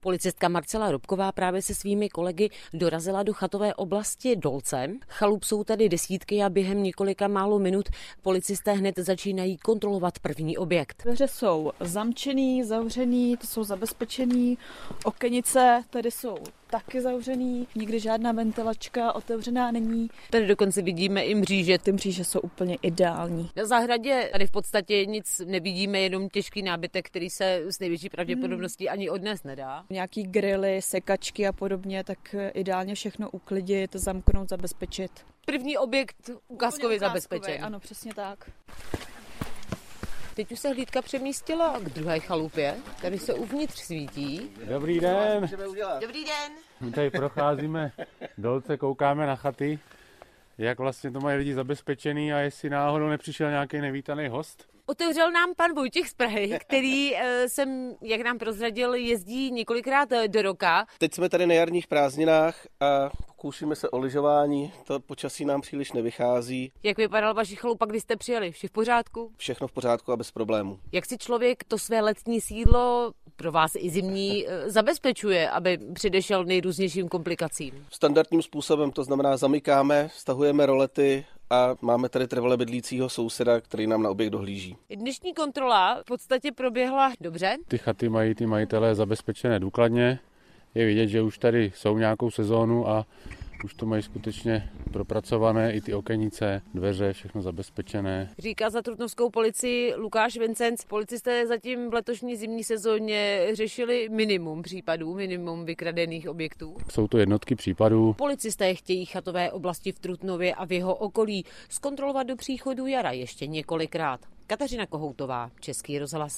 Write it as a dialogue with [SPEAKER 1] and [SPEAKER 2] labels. [SPEAKER 1] Policistka Marcela Robková právě se svými kolegy dorazila do chatové oblasti Dolcem. Chalup jsou tady desítky a během několika málo minut policisté hned začínají kontrolovat první objekt.
[SPEAKER 2] Dveře jsou zamčený, zavřený, to jsou zabezpečený, okenice tady jsou taky zavřený, nikdy žádná ventilačka otevřená není.
[SPEAKER 1] Tady dokonce vidíme i mříže.
[SPEAKER 2] Ty mříže jsou úplně ideální.
[SPEAKER 1] Na zahradě tady v podstatě nic nevidíme, jenom těžký nábytek, který se s největší pravděpodobností hmm. ani odnes nedá.
[SPEAKER 2] Nějaký grily, sekačky a podobně, tak ideálně všechno uklidit, zamknout, zabezpečit.
[SPEAKER 1] První objekt ukázkově zabezpečen.
[SPEAKER 2] Ano, přesně tak.
[SPEAKER 1] Teď už se hlídka přemístila k druhé chalupě. Tady se uvnitř svítí.
[SPEAKER 3] Dobrý den.
[SPEAKER 1] Dobrý den.
[SPEAKER 3] My tady procházíme dolce, koukáme na chaty, jak vlastně to mají lidi zabezpečený a jestli náhodou nepřišel nějaký nevítaný host.
[SPEAKER 1] Otevřel nám pan Vojtěch z Prahy, který jsem, jak nám prozradil, jezdí několikrát eh, do roka.
[SPEAKER 4] Teď jsme tady na jarních prázdninách a pokoušíme se o lyžování, to počasí nám příliš nevychází.
[SPEAKER 1] Jak vypadala vaše chalupa, když jste přijeli? Vše v pořádku?
[SPEAKER 4] Všechno v pořádku a bez problémů.
[SPEAKER 1] Jak si člověk to své letní sídlo pro vás i zimní eh, zabezpečuje, aby předešel nejrůznějším komplikacím?
[SPEAKER 4] Standardním způsobem, to znamená zamykáme, stahujeme rolety, a máme tady trvale bydlícího souseda, který nám na objekt dohlíží.
[SPEAKER 1] Dnešní kontrola v podstatě proběhla dobře.
[SPEAKER 3] Ty chaty mají ty majitelé zabezpečené důkladně. Je vidět, že už tady jsou nějakou sezónu a už to mají skutečně propracované, i ty okenice, dveře, všechno zabezpečené.
[SPEAKER 1] Říká za Trutnovskou policii Lukáš Vincenc. Policisté zatím v letošní zimní sezóně řešili minimum případů, minimum vykradených objektů.
[SPEAKER 3] Jsou to jednotky případů.
[SPEAKER 1] Policisté chtějí chatové oblasti v Trutnově a v jeho okolí zkontrolovat do příchodu jara ještě několikrát. Kateřina Kohoutová, Český rozhlas.